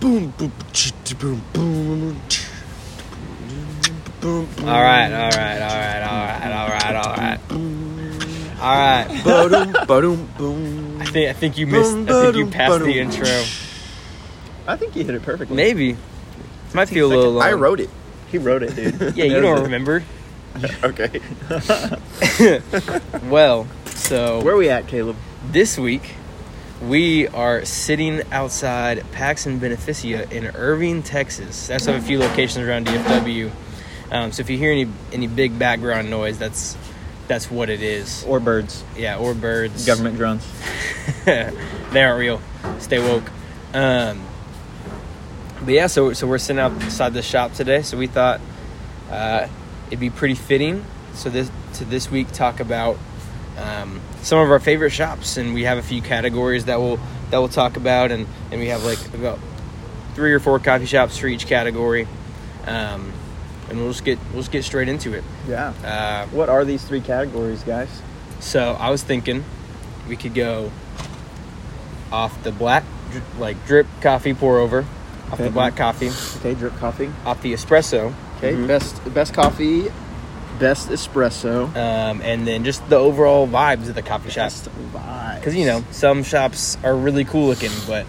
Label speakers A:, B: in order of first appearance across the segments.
A: Boom, boom, ch- t- boom, boom, ch- boom, boom,
B: All right, all right, all right, all right, all right, all right, all right.
A: Ba-dum, ba-dum, boom.
B: I think I think you missed. I think you passed the intro.
C: I think you hit it perfectly.
B: Maybe might feel a little long.
A: I wrote it.
C: He wrote it, dude.
B: Yeah, you don't remember.
C: okay.
B: Well, so
C: Where are we at, Caleb?
B: this week we are sitting outside Pax and Beneficia in Irving, Texas. That's of a few locations around DFW. Um, so if you hear any any big background noise, that's that's what it is.
C: Or birds.
B: Yeah, or birds.
C: Government drones.
B: they aren't real. Stay woke. Um, but yeah, so so we're sitting outside the shop today. So we thought uh, it'd be pretty fitting. So this to this week talk about um, some of our favorite shops, and we have a few categories that we'll that we'll talk about, and and we have like about three or four coffee shops for each category, um, and we'll just get we'll just get straight into it.
C: Yeah.
B: Uh,
C: What are these three categories, guys?
B: so I was thinking we could go off the black, dri- like drip coffee pour over, off the
C: Okay.
B: black coffee,
C: Okay, drip coffee.
B: off the espresso,
C: Okay, best best coffee, best espresso.
B: um, and then just the overall vibes of the coffee shop.
C: Best vibes.
B: Because you know some shops are really cool looking, but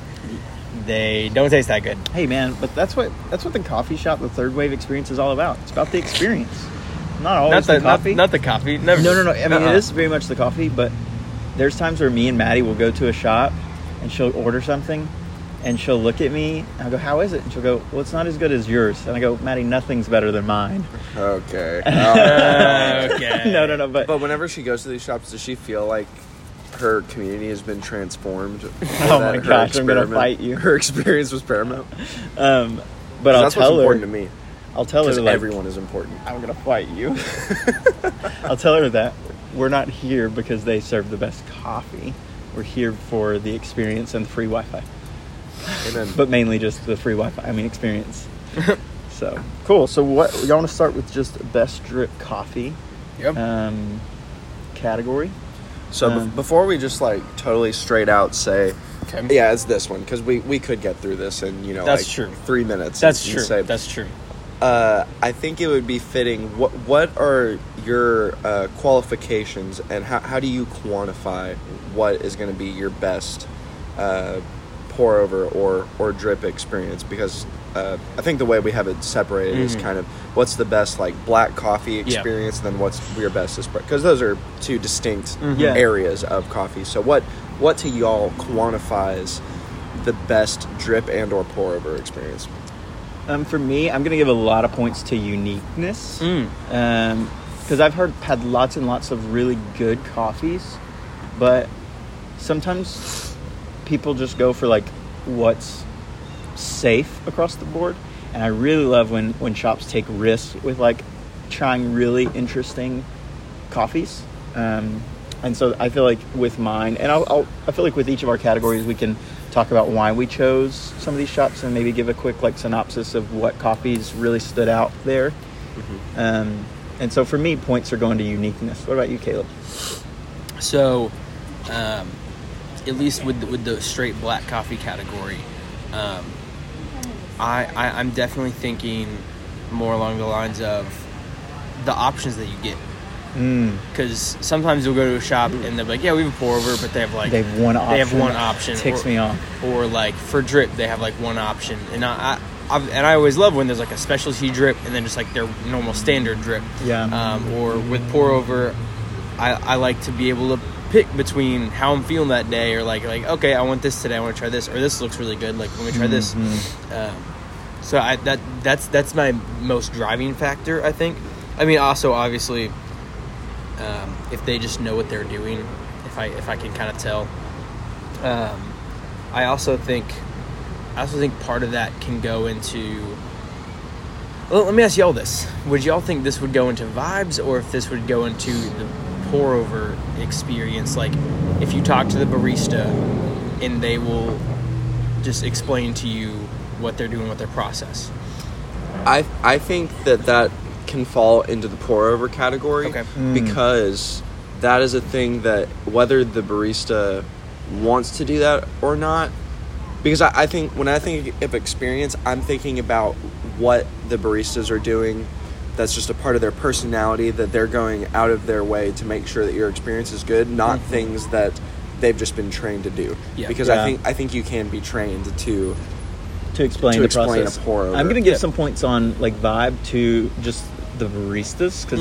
B: they don't taste that good.
C: Hey man, but that's what that's what the coffee shop, the third wave experience is all about. It's about the experience. Not
B: Not
C: always
B: the,
C: the
B: not,
C: coffee.
B: not the coffee. Never.
C: No, no, no. I mean,
B: Uh-uh.
C: it is very much the coffee, but there's times where me and Maddie will go to a shop and she'll order something and she'll look at me and I'll go, How is it? And she'll go, Well, it's not as good as yours. And I go, Maddie, nothing's better than mine.
A: Okay.
B: Okay.
C: no, no, no. But,
A: But whenever she goes to these shops, does she feel like her community has been transformed?
C: Oh my
A: That her
C: gosh, I'm gonna
A: experiment-
C: fight you.
A: Her experience was paramount.
C: um, but
A: 'Cause
C: I'll
A: that's what's
C: tell her.
A: important to me.
C: I'll tell her
A: Because
C: like,
A: everyone is important.
C: I'm gonna fight you. I'll tell her that we're not here because they serve the best coffee. We're here for the experience and the free Wi-Fi,
A: Amen.
C: but mainly just the free Wi-Fi. I mean, experience. so cool. So what y'all want to start with? Just best drip coffee
B: Yep.
C: um, category.
A: So bef-
C: Um,
A: before we just like totally straight out say,
B: Okay.
A: yeah, it's this one because we we could get through this in you know
B: That's
A: like
B: true.
A: three minutes.
B: That's
A: and-
B: true.
A: and say,
B: That's true.
A: uh, I think it would be fitting. What what are your uh, qualifications and how how do you quantify what is going to be your best uh, pour over or or drip experience? Because uh, I think the way we have it separated is
B: Mhm.
A: kind of what's the best like black coffee experience, and then what's your best espresso? Because those are two distinct
B: Mhm.
C: Yeah.
A: areas of coffee. So what what to y'all quantifies the best drip and or pour over experience?
C: Um, for me, I'm gonna give a lot of points to uniqueness.
B: Mm.
C: because Um, I've heard had lots and lots of really good coffees, but sometimes people just go for like what's safe across the board. And I really love when when shops take risks with like trying really interesting coffees. Um, and so I feel like with mine, and I'll, I'll, I feel like with each of our categories, we can talk about why we chose some of these shops and maybe give a quick like synopsis of what coffees really stood out there. Um, and so for me, points are going to uniqueness. What about you, Caleb?
B: So, um, at least with the, with the straight black coffee category, um, I, I I'm definitely thinking more along the lines of the options that you get.
C: Mm,
B: Because sometimes you'll go to a shop and they're like, "Yeah, we have a pour over," but they have like
C: they have one option.
B: They have one option.
C: Ticks
B: or,
C: me off.
B: Or like for drip, they have like one option, and I, I, I and I always love when there's like a specialty drip and then just like their normal standard drip.
C: Yeah.
B: Um, or with pour over, I, I like to be able to pick between how I'm feeling that day, or like like okay, I want this today, I want to try this, or this looks really good, like let me try this. Um, so I that that's that's my most driving factor, I think. I mean, also obviously, um, if they just know what they're doing, if I if I can kind of tell. Um, I also think, I also think part of that can go into. Well, let me ask y'all this: Would y'all think this would go into vibes, or if this would go into the pour over experience? Like, if you talk to the barista, and they will just explain to you what they're doing with their process.
A: I I think that that can fall into the pour over category
B: Okay.
A: because that is a thing that whether the barista wants to do that or not, because I, I think when I think of experience, I'm thinking about what the baristas are doing. That's just a part of their personality that they're going out of their way to make sure that your experience is good, not things that they've just been trained to do.
B: Mm-hmm. Yeah.
A: Because
C: Yeah.
A: I think I think you can be trained to
C: to explain
A: To
C: the
A: explain
C: process.
A: a pour-over.
C: I'm gonna give
B: Yeah.
C: some points on like vibe to just the baristas because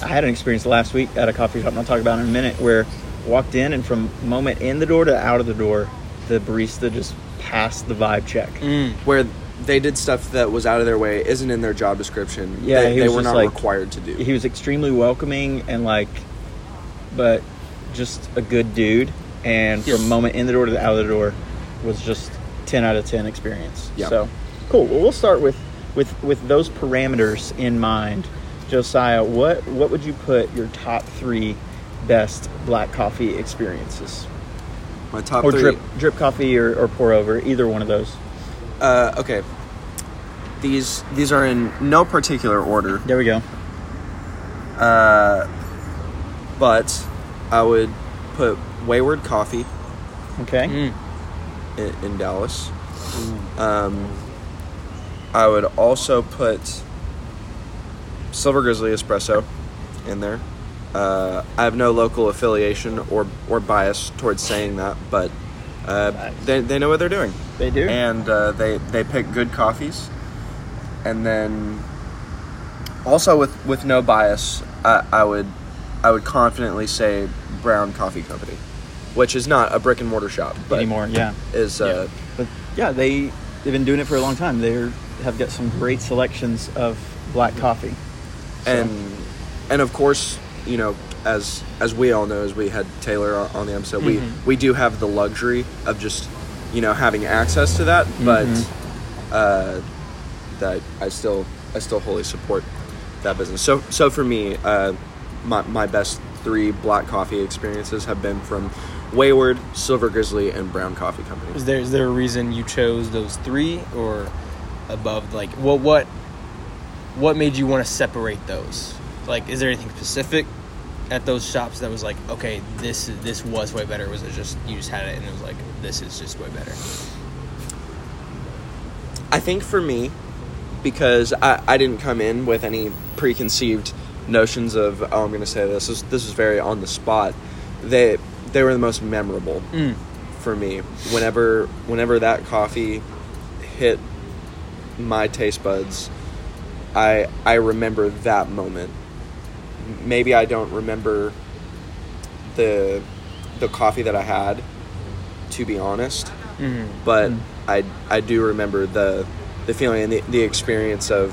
B: Mm.
C: I had an experience last week at a coffee shop. and I'll talk about in a minute where walked in and from moment in the door to out of the door, the barista just passed the vibe check.
B: Mm.
A: where they did stuff that was out of their way, isn't in their job description.
C: Yeah,
A: they,
C: he
A: they
C: was
A: were
C: just
A: not
C: like-
A: required to do.
C: He was extremely welcoming and like, but just a good dude. And from
B: Yes.
C: moment in the door to the out of the door was just ten out of ten experience.
A: Yeah.
C: So cool. Well, we'll start with with with those parameters in mind. Josiah, what what would you put your top three best black coffee experiences?
A: My top
C: Or
A: three.
C: drip drip coffee or, or pour over, either one of those.
A: Uh, okay. These these are in no particular order,
C: There we go.
A: uh, but I would put Wayward Coffee
C: Okay.
B: Mm.
A: in, in Dallas.
C: Mm.
A: Um, I would also put Silver Grizzly Espresso in there. Uh, I have no local affiliation or or bias towards saying that, but uh,
C: Nice.
A: they they know what they're doing.
C: They do.
A: Mm-hmm. and uh, they they pick good coffees, and then also with with no bias, I, I would I would confidently say Brown Coffee Company, which is not a brick and mortar shop but
C: Anymore, yeah.
A: Is uh,
C: But yeah, they they've been doing it for a long time. They have got some great selections of black coffee.
A: and and of course you know as as we all know as we had Taylor on- on the episode we we do have the luxury of just you know having access to that but uh, that I still I still wholly support that business so so for me uh, my my best three black coffee experiences have been from Wayward Silver Grizzly and Brown Coffee Company
B: Is there is there a reason you chose those three or above? Like, what what what made you want to separate those? Like, is there anything specific at those shops that was like, okay, this is- this was way better? Was it just you just had it and it was like, this is just way better?
A: I think for me, because I, I didn't come in with any preconceived notions of oh I'm gonna say this this, this is very on the spot. They they were the most memorable
B: Mm.
A: for me. Whenever whenever that coffee hit my taste buds, I I remember that moment. Maybe I don't remember the the coffee that I had, to be honest
B: Mm.
C: Hmm.
A: but I I do remember the the feeling and the, the experience of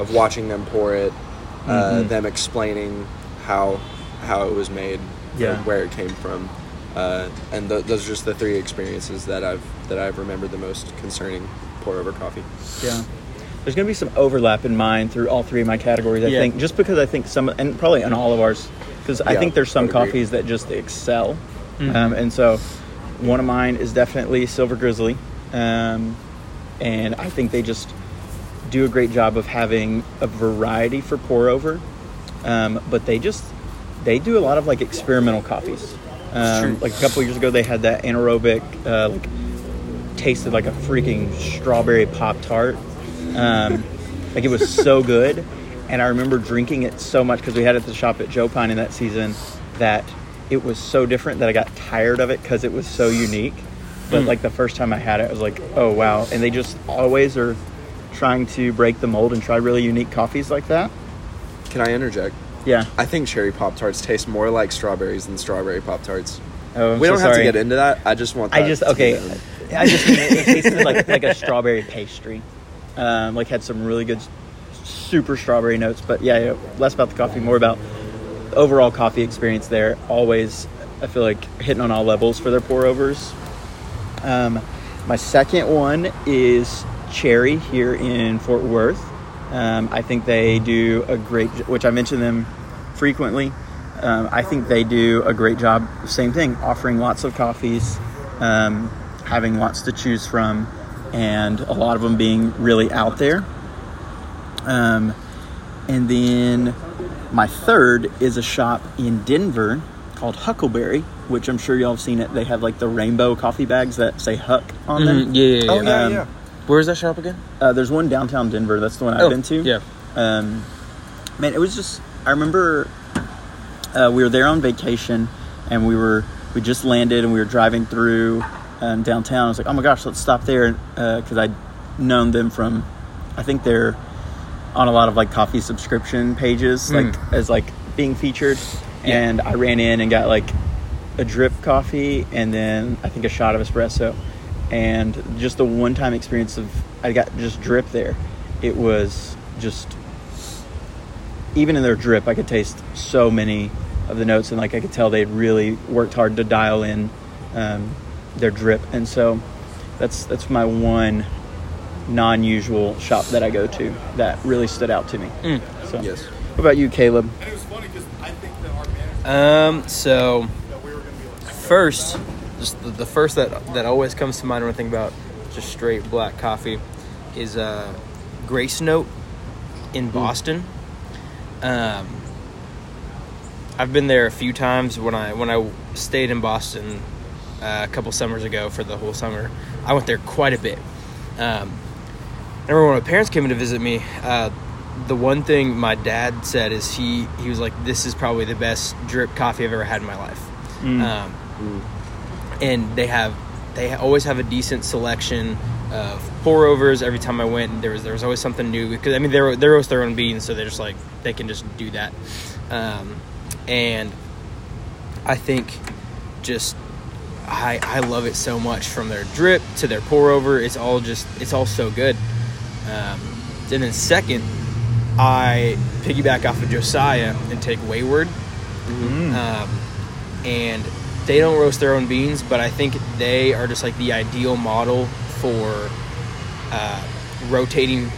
A: of watching them pour it,
C: Mm-hmm.
A: uh, them explaining how how it was made,
C: Yeah.
A: and where it came from, uh, and th- those are just the three experiences that I've that I've remembered the most concerning pour over coffee.
C: Yeah. There's going to be some overlap in mine through all three of my categories, I
B: Yeah.
C: think, just because I think some, and probably in all of ours, because I
A: Yeah,
C: think there's some
A: I would agree.
C: coffees that just excel. Um, and so one of mine is definitely Silver Grizzly. Um, and I think they just do a great job of having a variety for pour over. Um, but they just, they do a lot of like experimental coffees. Um,
B: true.
C: like a couple years ago, they had that anaerobic, uh, like tasted like a freaking strawberry pop tart. Um, like it was so good, and I remember drinking it so much because we had it at the shop at Joe Pine in that season that it was so different that I got tired of it because it was so unique.
A: Hmm.
C: But like the first time I had it, I was like, oh wow! And they just always are trying to break the mold and try really unique coffees like that.
A: Can I interject?
C: Yeah.
A: I think cherry pop tarts taste more like strawberries than strawberry pop tarts.
C: Oh, I'm
A: we
C: so
A: don't have to
C: sorry.
A: get into that. I just want. That
C: I just
A: to be
C: okay.
A: known.
C: I just it tasted like like a strawberry pastry. Um, like had some really good, super strawberry notes. But yeah, yeah, less about the coffee, more about the overall coffee experience. There always, I feel like hitting on all levels for their pour overs. Um, my second one is Cherry here in Fort Worth. Um, I think they do a great, which I mention them frequently. Um, I think they do a great job. Same thing, offering lots of coffees, um, having lots to choose from, and a lot of them being really out there. Um, and then my third is a shop in Denver called Huckleberry, which I'm sure y'all have seen it. They have like the rainbow coffee bags that say Huck on
B: Mhm,
C: them.
B: Yeah, yeah, yeah.
A: Oh yeah,
C: Um,
A: yeah.
B: Where's that shop again?
C: Uh, there's one downtown Denver. That's the one I've
B: Oh,
C: been to.
B: Yeah.
C: Um, man, it was just. I remember uh, we were there on vacation, and we were we just landed, and we were driving through um, downtown. I was like, oh my gosh, let's stop there because I'd known them from. I think they're on a lot of like coffee subscription pages, like as like being featured.
B: Yeah.
C: And I ran in and got like a drip coffee, and then I think a shot of espresso. And just the one time experience of I got just drip there, it was just even in their drip, I could taste so many of the notes, and like I could tell they'd really worked hard to dial in um, their drip. And so that's that's my one non-usual shop that I go to that really stood out to me. So,
A: Yes.
C: What about you, Caleb?
D: And it was funny because I think that our manager
B: Um. So
D: that we were going to be like,
B: first, just the, the first that that always comes to mind when I think about just straight black coffee is uh, Grace Note in
C: Mm.
B: Boston. Um, I've been there a few times when I when I stayed in Boston uh, a couple summers ago for the whole summer. I went there quite a bit. Um, I remember when my parents came to visit me. Uh, the one thing my dad said is he he was like, "This is probably the best drip coffee I've ever had in my life."
C: Hmm. Mm.
B: Um, and they have they ha- always have a decent selection of pour overs every time I went there was there was always something new because I mean they ro- they roast their own beans so they're just like they can just do that um, and I think just I I love it so much from their drip to their pour over it's all just it's all so good um, and then second I piggyback off of Josiah and take Wayward um, and they don't roast their own beans, but I think they are just like the ideal model for uh, rotating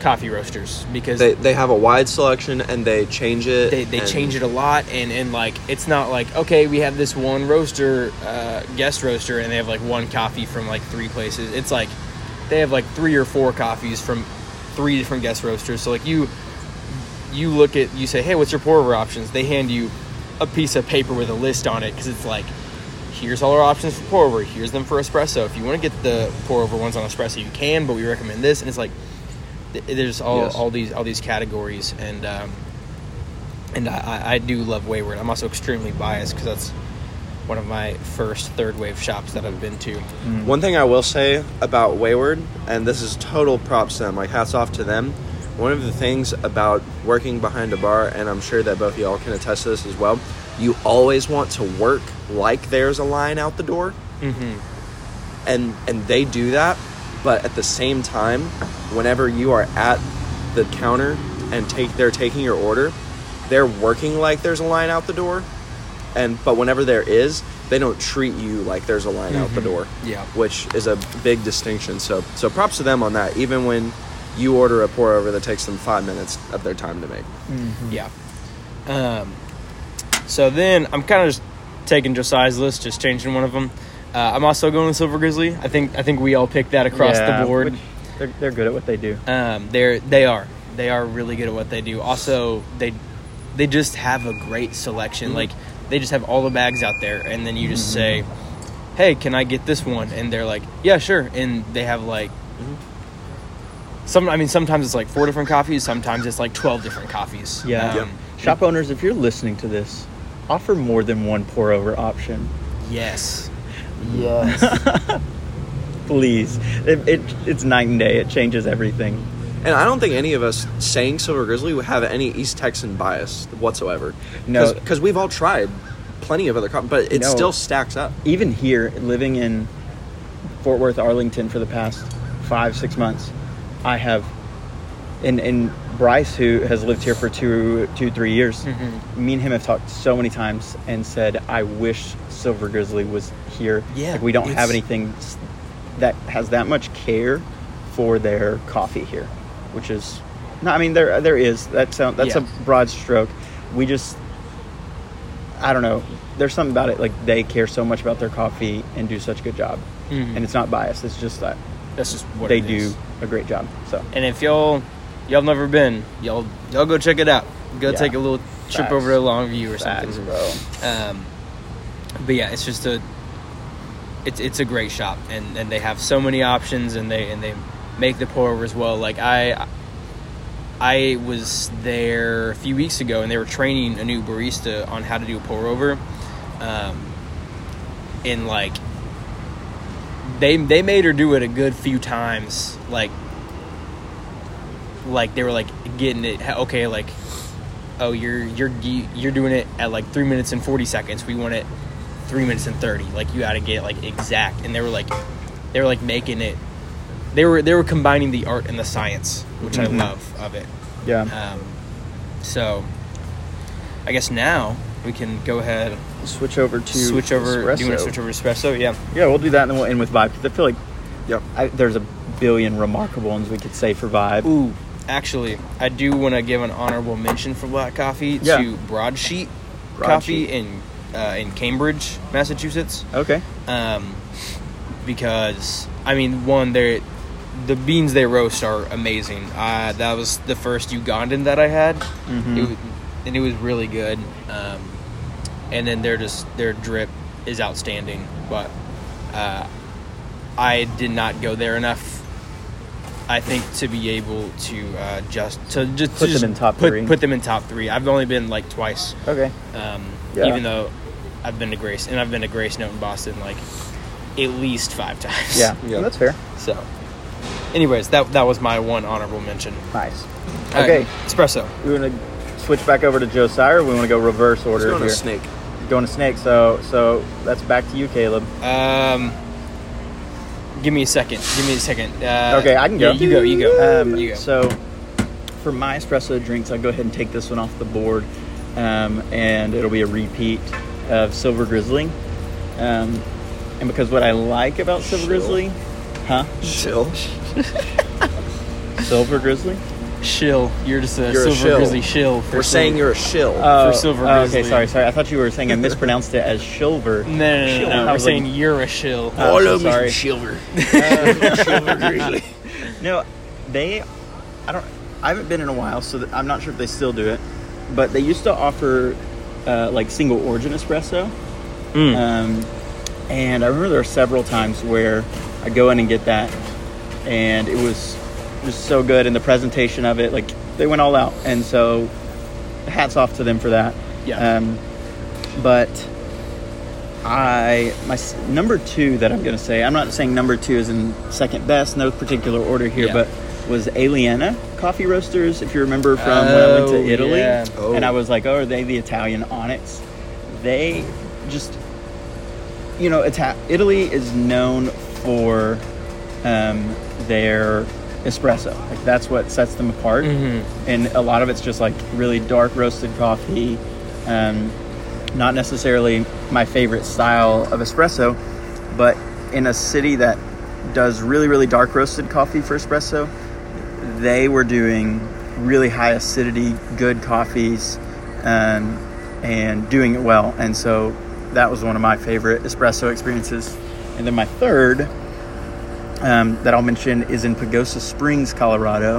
B: coffee roasters because
A: They
B: they,
A: they have a wide selection and they change it.
B: they,
A: and-
B: change it a lot and, and like it's not like okay we have this one roaster uh, guest roaster and they have like one coffee from like three places. It's like they have like three or four coffees from three different guest roasters. So like you you look at you say hey what's your pour over options? They hand you a piece of paper with a list on it because it's like here's all our options for pour over. Here's them for espresso. If you want to get the pour over ones on espresso, you can, but we recommend this. And it's like th- there's all,
A: Yes.
B: all these all these categories, and um, and I, I- I do love Wayward. I'm also extremely biased because that's one of my first third wave shops that I've been to.
A: One thing I will say about Wayward, and this is total props to them, like hats off to them. One of the things about working behind a bar, and I'm sure that both of y'all can attest to this as well, you always want to work like there's a line out the door,
B: Mm-hmm.
A: and and they do that. But at the same time, whenever you are at the counter and take they're taking your order, they're working like there's a line out the door, and but whenever there is, they don't treat you like there's a line out the door
B: Yeah.
A: which is a big distinction. So so props to them on that. Even when you order a pour over that takes them five minutes of their time to make.
B: Yeah. Um, so then I'm kind of just taking Josiah's list, just changing one of them. Uh, I'm also going with Silver Grizzly. I think I think we all picked that across
C: Yeah,
B: the board.
C: which- They're, they're good at what they do.
B: Um, they're they are they are really good at what they do. Also, they they just have a great selection.
C: Mm-hmm.
B: Like they just have all the bags out there, and then you just say,
C: Mm-hmm.
B: "Hey, can I get this one?" And they're like, "Yeah, sure." And they have like
C: Mm-hmm.
B: some. I mean, sometimes it's like four different coffees. Sometimes it's like twelve different coffees.
C: Yeah.
B: Um,
A: Yep.
C: Shop owners, if you're listening to this, offer more than one pour over option.
B: Yes.
C: Please. It, it, it's night and day. It changes everything.
A: And I don't think any of us saying Silver Grizzly would have any East Texan bias whatsoever.
C: No.
A: because we've all tried plenty of other, co- but it
C: No.
A: still stacks up.
C: even here, living in Fort Worth, Arlington for the past five, six months, I have, and, and Bryce, who has lived here for two, two three years,
B: Mm-hmm.
C: me and him have talked so many times and said, I wish Silver Grizzly was here.
B: Yeah,
C: Like, we don't
B: it's-
C: have anything s- that has that much care for their coffee here, which is, no, I mean, there, there is. That sound, that's
B: Yeah.
C: a broad stroke. We just, I don't know. There's something about it. Like they care so much about their coffee and do such a good job,
B: Mhm.
C: and it's not biased. It's just that
B: That's just what
C: they
B: it
C: do
B: is.
C: a great job. So
B: And if y'all y'all never been, y'all y'all go check it out. Go
C: Yeah.
B: take a little trip
C: Facts.
B: over to Longview or something.
C: Facts, bro.
B: Um, but yeah, it's just a it's it's a great shop, and and they have so many options, and they and they make the pour overs well. Like I. I was there a few weeks ago, and they were training a new barista on how to do a pour over. Um, and like, they they made her do it a good few times. Like, like they were like getting it. Okay, like oh you're you're ge- you're doing it at like three minutes and 40 seconds we want it three minutes and 30 like you gotta get like exact and they were like they were like making it they were they were combining the art and the science which
C: Mhm.
B: i love of it
C: Yeah.
B: um, so i guess now we can go ahead
C: Switch over to
B: switch over do you want
C: espresso.
B: to switch over to espresso yeah
C: Yeah, we'll do that, and then we'll end with vibe because I feel like
A: Yep.
C: I, there's a billion remarkable ones we could say for vibe.
B: ooh actually i do want to give an honorable mention for black coffee
C: Yeah.
B: to broadsheet
C: Broad
B: coffee
C: Sheet.
B: in uh, in cambridge massachusetts
C: Okay.
B: um, because I mean, one, they the beans they roast are amazing. Uh, that was the first Ugandan that I had,
C: Mhm.
B: It wa- and it was really good. Um, and then their just their drip is outstanding, but uh, I did not go there enough. I think to be able to uh, just to just
C: Put them
B: just
C: in top
B: put,
C: three.
B: Put them in top three. I've only been like twice
C: Okay.
B: um,
C: Yeah.
B: even though I've been to Grace and I've been to Grace Note in Boston like at least five times.
C: Yeah.
A: Yeah.
C: That's fair.
B: So, anyways, that that was my one honorable mention.
C: Nice.
B: All
C: Okay.
B: right, espresso.
C: We want to switch back over to Joe Sire. We want to go reverse
A: Let's
C: order
A: go on a
C: here.
A: snake.
C: Going to snake. So so that's back to you, Caleb.
B: Um, give me a second. Give me a second. Uh,
C: okay, I can go.
B: yeah, you go. You go.
C: Um,
B: you go.
C: So for my espresso drinks, I'll go ahead and take this one off the board, um, and it'll be a repeat of Silver Grizzly. Um, and because what I like about Silver
A: Chill.
C: Grizzly, huh?
A: Chill.
C: Silver Grizzly.
B: shill. You're just
A: You're
B: a
A: a
B: silver
A: shill.
B: grizzly shill. For
A: We're saying
B: silver-
A: you're a shill.
C: Oh,
B: Silver
C: oh, Okay,
B: Grizzly.
C: sorry, sorry. I thought you were saying I mispronounced it as Silver.
B: No, no, no,
C: I
B: no, no. We're
C: was like-
B: saying you're a shill.
C: Oh, I'm so sorry.
A: silver.
C: No, they. I don't. I haven't been in a while, so that, I'm not sure if they still do it. But they used to offer uh, like single origin espresso,
B: Mm.
C: um, and I remember there were several times where I go in and get that, and it was just so good. And the presentation of it, like they went all out, and so hats off to them for that.
B: Yeah.
C: Um, but I my s- number two that I'm going to say. I'm not saying number two is in second best, no particular order here,
B: Yeah.
C: but was Aliena Coffee Roasters. If you remember from when I went
B: Oh,
C: to Italy,
B: yeah.
A: Oh.
C: and I was like, oh, are they the Italian Onyx? They just, you know, Ita- Italy is known for um, their espresso. Like that's what sets them apart,
B: Mhm.
C: and a lot of it's just like really dark roasted coffee. Um, not necessarily my favorite style of espresso, but in a city that does really, really dark roasted coffee for espresso, they were doing really high acidity, good coffees, um, and doing it well. And so that was one of my favorite espresso experiences. And then my third um, that I'll mention is in Pagosa Springs, Colorado,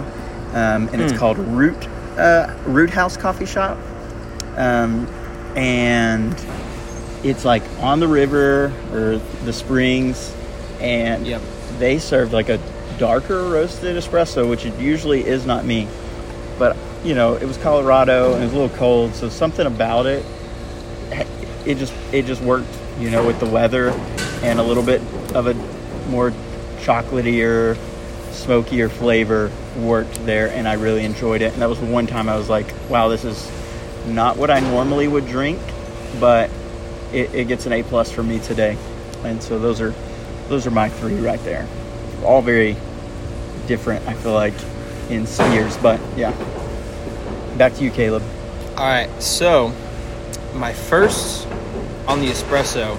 C: um, and it's called Root uh, Root House Coffee Shop, um, and it's like on the river or the springs, and
B: Yep.
C: they serve like a darker roasted espresso, which it usually is not me, but you know it was Colorado and it was a little cold, so something about it it just it just worked, you know, with the weather and a little bit of a more chocolatier, smokier flavor worked there, and I really enjoyed it. And that was the one time I was like, wow, this is not what I normally would drink, but it, it gets an A plus for me today. And so those are those are my three right there. All very different, I feel like, in spheres, but yeah. Back to you, Caleb.
B: All right, so my first on the espresso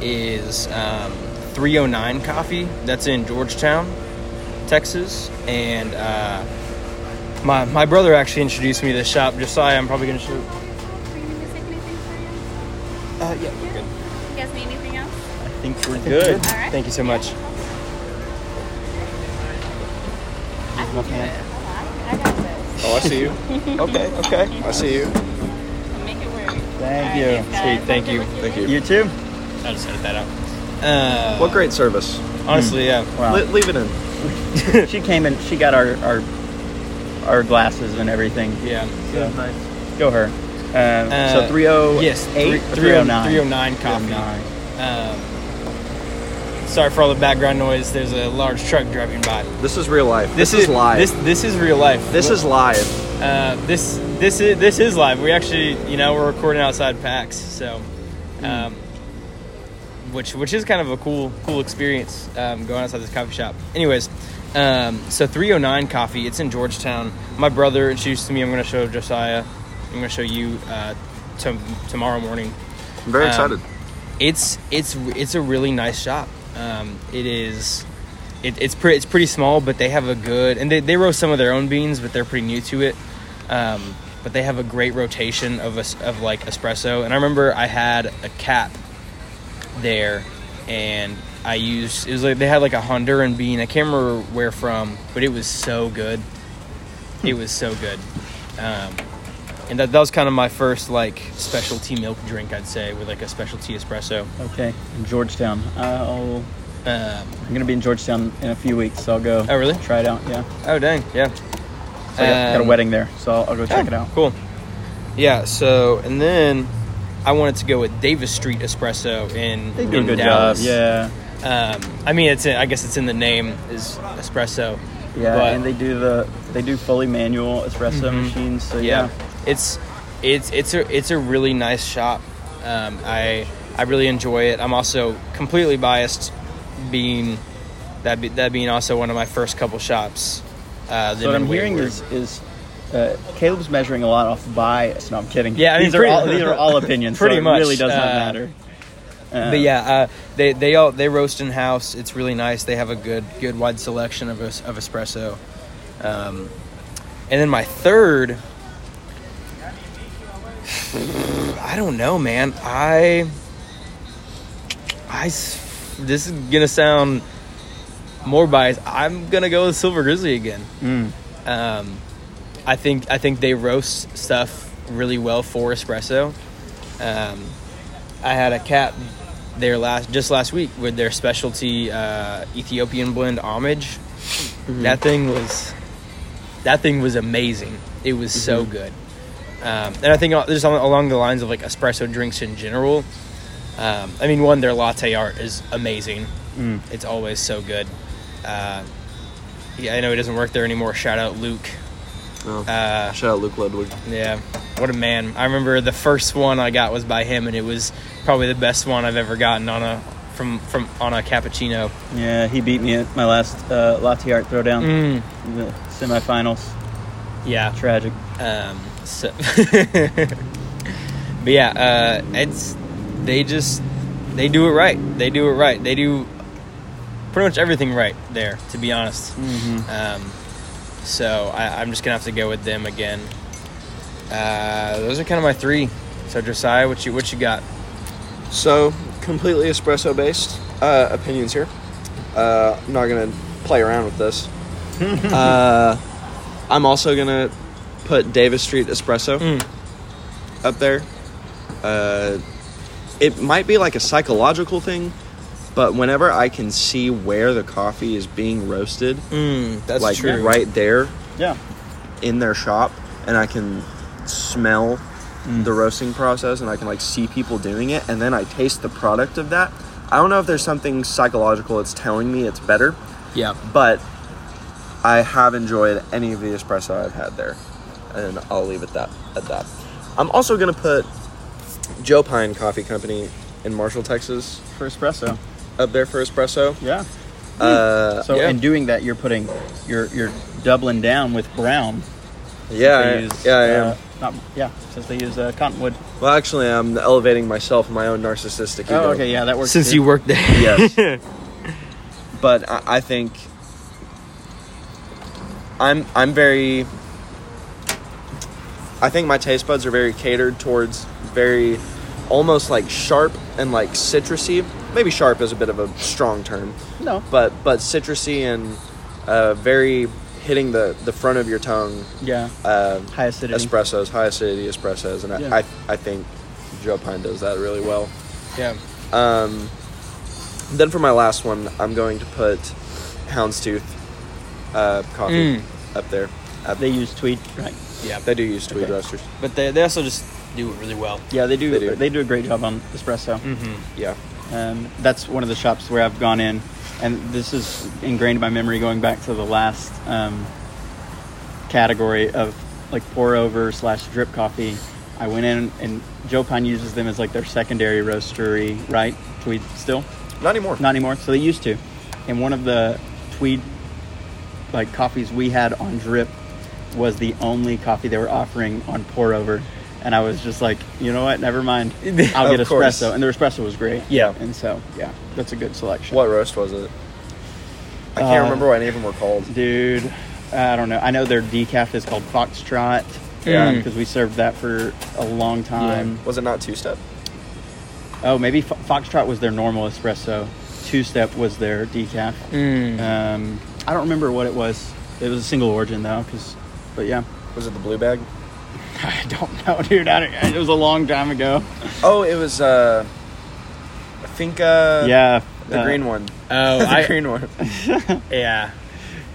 B: is um, 309 Coffee. That's in Georgetown, Texas, and uh, my my brother actually introduced me to this shop. Josiah, I'm probably gonna show.
E: Are you gonna take anything for you?
B: Uh, yeah, we're good.
E: You guys need anything else?
C: I think we're good.
E: All right.
B: Thank you so much.
E: I can do it. Hold on. I got this.
A: Oh, I see you.
B: Okay, okay.
A: I see you.
E: I'll make it work.
C: Thank
E: All right,
C: you.
E: thanks, guys.
B: Sweet,
E: Have
B: thank
E: a good
B: you.
E: rest of your
A: Thank
E: day.
A: you.
C: You too.
B: I just edit that out. Uh,
A: What great service.
B: Honestly, yeah.
C: Wow.
A: Le- leave it in.
C: she came and she got our our our glasses and everything.
B: Yeah.
C: So, Go her. Uh, so
B: Uh,
C: 308
B: yes,
C: or
B: 309. 309 coffee.
C: 309.
B: Um, sorry for all the background noise. There's a large truck driving by.
A: This is real life. This, is, live.
B: This
A: This,
B: this is real life.
A: is live.
B: uh, this this is this is live. We actually, you know, we're recording outside PAX, so um, which which is kind of a cool cool experience um, going outside this coffee shop. Anyways, um, so 309 Coffee, it's in Georgetown. My brother introduced me. I'm going to show Josiah. I'm going to show you uh, to tomorrow morning.
A: I'm very
B: Um,
A: excited.
B: It's it's it's a really nice shop. Um, it is. It, it's pretty it's pretty small, but they have a good and they they roast some of their own beans, but they're pretty new to it. Um, but they have a great rotation of es- of like espresso. And I remember I had a cap there, and I used it was like they had like a Honduran bean. I can't remember where from, but it was so good. It was so good. Um, and that, that was kind of my first like specialty milk drink i'd say with like a specialty espresso
C: Okay, in Georgetown. I'll,
B: um,
C: I'm gonna be in Georgetown in a few weeks, so I'll go.
B: Oh, really?
C: Try it out. Yeah.
B: oh dang yeah
C: So I got, got a
B: Um,
C: wedding there, so I'll, I'll go check
B: oh,
C: it out.
B: cool yeah so and then i wanted to go with davis street espresso in,
C: They do a
B: in
C: good
B: dallas
C: job. Yeah.
B: um, i mean it's in, i guess it's in the name is espresso
C: Yeah,
B: but-
C: and they do the they do fully manual espresso
B: Mhm.
C: machines. So
B: yeah.
C: yeah.
B: it's it's it's a it's a really nice shop um, i i really enjoy it i'm also completely biased being that be, that being also one of my first couple shops uh,
C: So what I'm hearing is is uh, Caleb's measuring a lot off bias. No, I'm kidding.
B: Yeah, I mean,
C: these
B: pretty-
C: are all these are all opinions.
B: pretty
C: so
B: much,
C: it really does not
B: uh,
C: matter. Uh,
B: but yeah uh, they they all they roast in house it's really nice they have a good good wide selection of es- of espresso um, and then my third I don't know, man. I, I, s- this is gonna sound more biased. I'm gonna go with Silver Grizzly again.
C: Mm.
B: Um, I think I think they roast stuff really well for espresso. Um, I had a cat there last just last week with their specialty uh, Ethiopian blend homage. That thing was that thing was amazing. It was so good. Um, and I think al- just al- along the lines of like espresso drinks in general. Um, I mean, one, their latte art is amazing.
C: Mm.
B: It's always so good. Uh, yeah, I know he doesn't work there anymore. Shout out Luke.
A: Oh.
B: Uh,
A: Shout out Luke Ludwig.
B: yeah, what a man! I remember the first one I got was by him, and it was probably the best one I've ever gotten on a from from on a cappuccino.
C: Yeah, he beat me at my last uh, latte art throwdown,
A: Hmm.
B: Mm,
C: in the semifinals.
B: yeah.
C: Tragic.
B: Um, so, but yeah, uh, it's they just they do it right. They do it right. They do pretty much everything right there. To be honest,
A: Mm-hmm.
B: um, so I, I'm just gonna have to go with them again. Uh, those are kind of my three. So Josiah, what you what you got?
A: So, completely espresso based uh, opinions here. Uh, I'm not going to play around with this. uh, I'm also going to put Davis Street Espresso
B: Mm.
A: up there. Uh, it might be like a psychological thing, but whenever I can see where the coffee is being roasted,
B: Mm, that's
A: like
B: true.
A: right there
C: Yeah.
A: in their shop, and I can smell
C: Mm.
A: the roasting process and I can like see people doing it and then I taste the product of that. I don't know if there's something psychological that's telling me it's better,
B: Yeah.
A: but I have enjoyed any of the espresso I've had there. And I'll leave it that at that. I'm also gonna put Joe Pine Coffee Company in Marshall, Texas
C: For espresso.
A: up there for espresso.
C: Yeah.
A: Uh,
C: So
B: yeah.
C: in doing that, you're putting, you're you're doubling down with brown.
A: yeah,
C: They
A: I-
C: use,
A: yeah, I
C: uh,
A: am.
C: Not, yeah, since they use uh, cottonwood.
A: Well, actually, I'm elevating myself in my own narcissistic ego.
C: Oh, okay, yeah, that works.
B: Since
C: too.
B: you work there,
A: Yes. but I, I think I'm I'm very I think my taste buds are very catered towards very almost like sharp and like citrusy. Maybe sharp is a bit of a strong term,
C: no,
A: but but citrusy and uh, very hitting the the front of your tongue.
C: yeah,
A: Uh,
C: high acidity.
A: espressos, high acidity espressos, and I,
C: Yeah.
A: I, I think Joe Pine does that really well.
B: Yeah.
A: Um, then for my last one, I'm going to put Houndstooth uh, coffee
B: Mm.
A: up there. Uh,
C: They use tweed, right?
B: Yeah.
A: they do use tweed
C: Okay.
A: roasters.
B: But they, they also just do it really well.
C: Yeah, they do.
A: They
C: They
A: do.
C: do, a great job on espresso.
B: Mm-hmm.
A: Yeah.
C: Um, that's one of the shops where I've gone in, and this is ingrained in my memory going back to the last um, category of like pour over slash drip coffee. I went in, and Joe Pine uses them as like their secondary roastery, right? Tweed still,
A: Not anymore.
C: not anymore. So they used to, and one of the Tweed like coffees we had on drip was the only coffee they were offering on pour over. And I was just like, you know what? Never mind.
A: Of
C: I'll get espresso.
A: course.
C: And their espresso was great.
B: Yeah.
C: And so, yeah, that's a good selection.
A: what roast was it? I can't
C: Uh,
A: remember what any of them were called.
C: Dude, I don't know. I know their decaf is called Foxtrot.
B: Yeah.
C: Because we served that for a long time.
B: mm.
A: Was it not two step?
C: Oh, maybe Fo- Foxtrot was their normal espresso. Two Step was their decaf.
B: Mm.
C: Um, I don't remember what it was. It was a single origin though, because, but yeah,
A: Was it the blue bag?
C: I don't know, dude. I don't, it was a long time ago.
A: Oh, it was. Uh, I think. Uh,
C: yeah,
A: The
C: uh,
A: green one.
B: Oh,
A: the
B: I,
A: green one.
B: yeah.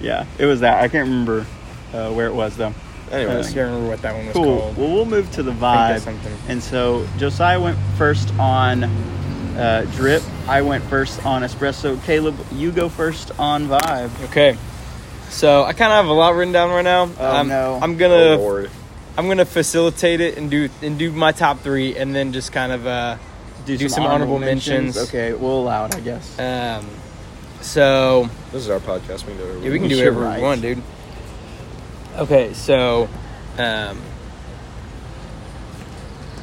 C: Yeah, it was that. I can't remember uh, where it was though.
B: I
A: Anyways,
B: can't remember what that one was
C: Cool.
B: called.
C: Well, we'll move to the
B: that's
C: vibe.
B: something.
C: And so Josiah went first on uh, drip. I went first on espresso. Caleb, you go first on vibe.
B: Okay. So I kind of have a lot written down right now.
C: Oh,
B: I'm,
C: no.
B: I'm
A: Oh,
B: gonna
A: Lord.
B: I'm gonna facilitate it and do and do my top three and then just kind of uh, Do some honorable mentions.
C: Okay, we'll allow it, I guess.
B: um, so
A: This is our podcast. We can do whatever
B: Yeah, we can do
C: You're
B: whatever
C: right.
B: we want, dude. Okay, so um,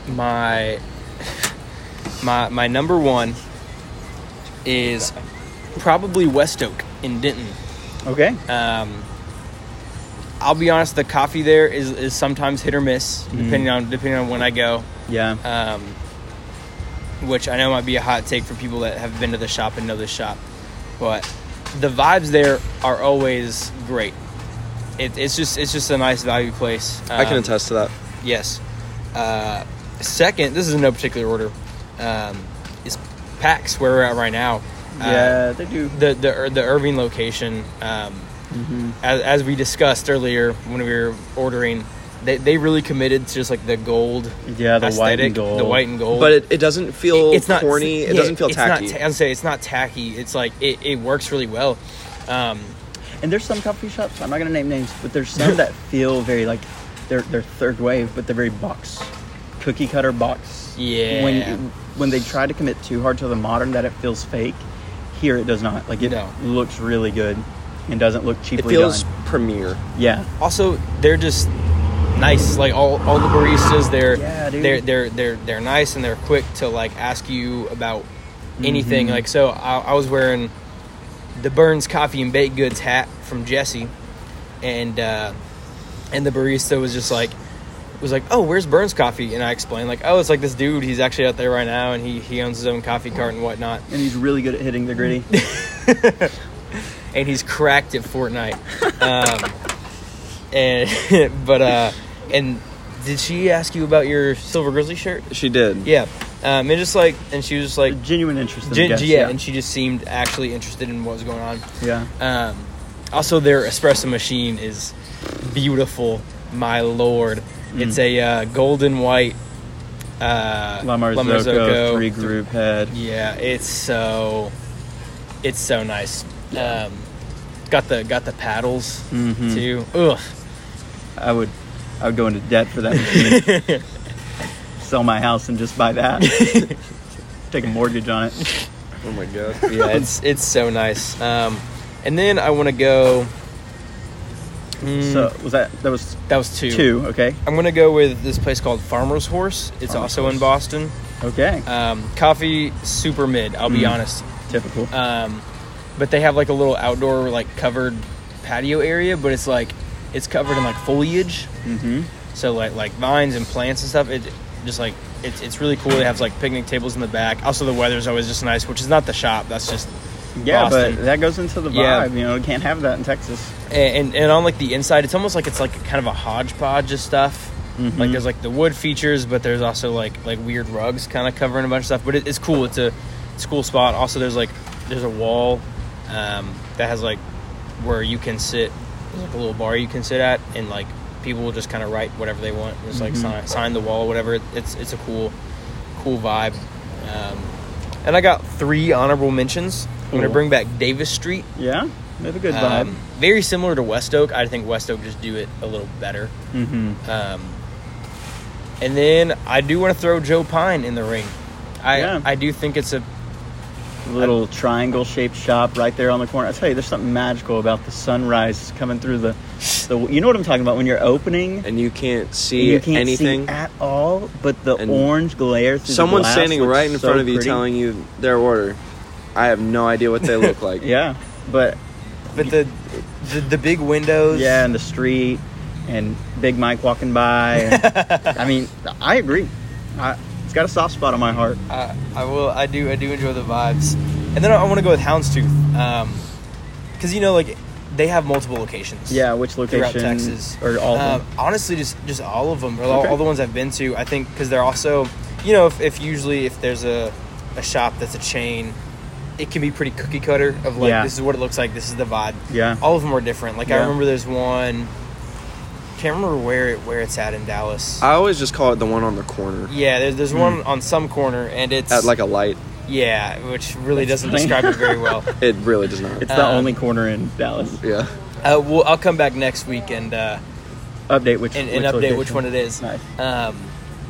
B: my my my number one is probably West Oak in Denton.
C: Okay.
B: Um, I'll be honest, the coffee there is, is sometimes hit or miss, depending on depending on when I go.
C: Yeah.
B: Um, which I know might be a hot take for people that have been to the shop and know the shop, but the vibes there are always great. It, it's just it's just a nice value place.
A: I can
B: Um,
A: attest to that.
B: Yes. Uh, second, this is in no particular order. Um, is PAX where we're at right now? Uh,
C: yeah, they do.
B: the the Ir- the Irving location, um,
A: Mm-hmm.
B: as, as we discussed earlier when we were ordering, they, they really committed to just like the gold
C: Yeah, the white
B: aesthetic,
C: and gold.
B: the white and gold.
A: But it, it doesn't feel
B: It- it's not
A: corny.
B: yeah,
A: it doesn't feel
B: it's not
A: tacky.
B: ta- I'd say it's not tacky. It's like it, it works really well. Um,
C: And there's some coffee shops. I'm not gonna name names, but there's some that feel very like they're they're third wave, but they're very box, cookie cutter box.
B: Yeah.
C: When when they try to commit too hard to the modern, that it feels fake. Here it does not. Like it
B: No.
C: looks really good, and doesn't look
A: it
C: cheaply
A: feels
C: done.
A: premiere.
C: Yeah.
B: also, they're just nice. Like all, all the baristas, they're
C: Yeah, dude.
B: they're they're they're they're nice and they're quick to like ask you about anything.
C: Mm-hmm.
B: Like so, I, I was wearing the Burns Coffee and Baked Goods hat from Jesse, and uh, and the barista was just like was like, "Oh, where's Burns Coffee?" And I explained like, "Oh, it's like this dude. He's actually out there right now, and he he owns his own coffee cart and whatnot,
C: And he's really good at hitting the gritty.
B: and he's cracked at Fortnite." um, and but uh, and did she ask you about your Silver Grizzly shirt?
A: She did.
B: Yeah, um, and just like, and she was just like,
C: Genuine interest. In the
B: Gen-
C: guest,
B: yeah, and she just seemed actually interested in what was going on.
C: yeah.
B: Um, also, their espresso machine is beautiful, my lord. It's a uh, golden white uh,
C: La
B: La Marzocco.
C: Marzocco, three group head.
B: Yeah, it's so it's so nice. Um, got the got the paddles
C: Mhm.
B: too. Ugh.
C: I would, I would go into debt for that machine. Sell my house and just buy that. Take a mortgage on it.
A: Oh my god.
B: yeah, it's it's so nice. Um, and then I want to go. Mm,
C: So was that that was
B: that was two.
C: two? Okay,
B: I'm gonna go with this place called Farmer's Horse. It's
C: Farmer's
B: also in
C: Horse.
B: Boston.
C: okay.
B: Um, coffee super mid. I'll be
C: Mm.
B: honest.
C: Typical.
B: Um, but they have like a little outdoor like covered patio area, but it's like it's covered in like foliage,
C: Mm-hmm.
B: so like like vines and plants and stuff. It just like it's it's really cool. They have like picnic tables in the back. Also, the weather's always just nice, which is not the shop. That's just
C: Yeah,
B: Boston.
C: but that goes into the vibe.
B: Yeah.
C: You know, you can't have that in Texas.
B: and and on like the inside, it's almost like it's like kind of a hodgepodge of stuff. Like there's like the wood features, but there's also like like weird rugs kind of covering a bunch of stuff. But it, it's cool. It's a it's a cool spot. Also, there's like there's a wall um, that has like where you can sit. There's like a little bar you can sit at, and like people will just kind of write whatever they want. Just like sign, sign the wall, whatever. It's it's a cool cool vibe. Um, and I got three honorable mentions. I'm gonna
C: Cool.
B: bring back Davis Street.
C: Yeah, they have a good vibe.
B: Um, very similar to West Oak. I think West Oak just do it a little better.
C: Mm-hmm.
B: Um, and then I do want to throw Joe Pine in the ring. I
C: Yeah.
B: I do think it's a
C: Little triangle shaped shop right there on the corner. I tell you, there's something magical about the sunrise coming through the, the. You know what I'm talking about when you're opening.
A: and you can't
C: and
A: see
C: you can't
A: anything.
C: see at all, but the
A: And
C: orange glare through
A: Someone's
C: the glass
A: standing
C: looks
A: right in
C: so
A: front of you,
C: pretty.
A: telling you their order. I have no idea what they look like.
C: Yeah, but
B: but the the, the big windows.
C: yeah, and the street and Big Mike walking by. and- I mean, I agree. I, it's got a soft spot on my heart.
B: I, I will. I do. I do enjoy the vibes. And then I, want to go with Houndstooth, because you know, like they have multiple locations.
C: Yeah, which
B: throughout
C: location?
B: Texas
C: or all of them?
B: Um, honestly, just just all of them, or all,
C: Okay.
B: all the ones I've been to. I think because they're also, you know, if, if usually if there's a a shop that's a chain, it can be pretty cookie cutter of like
C: Yeah.
B: this is what it looks like, this is the vibe.
C: Yeah.
B: all of them are different. Like I
C: Yeah.
B: remember there's one, can't remember where it, where it's at in Dallas.
A: I always just call it the one on the corner
B: yeah, there's there's one
C: Hmm.
B: on some corner, and it's
A: at like a light.
B: yeah, which really
C: That's
B: doesn't
C: funny.
B: describe it very well.
A: It really does not.
C: It's the
B: um,
C: only corner in Dallas.
A: yeah.
B: Uh, we'll, I'll come back next week and. Uh,
C: Update which
B: and,
C: which
B: and update
C: location.
B: which one it is.
C: Nice.
B: Um,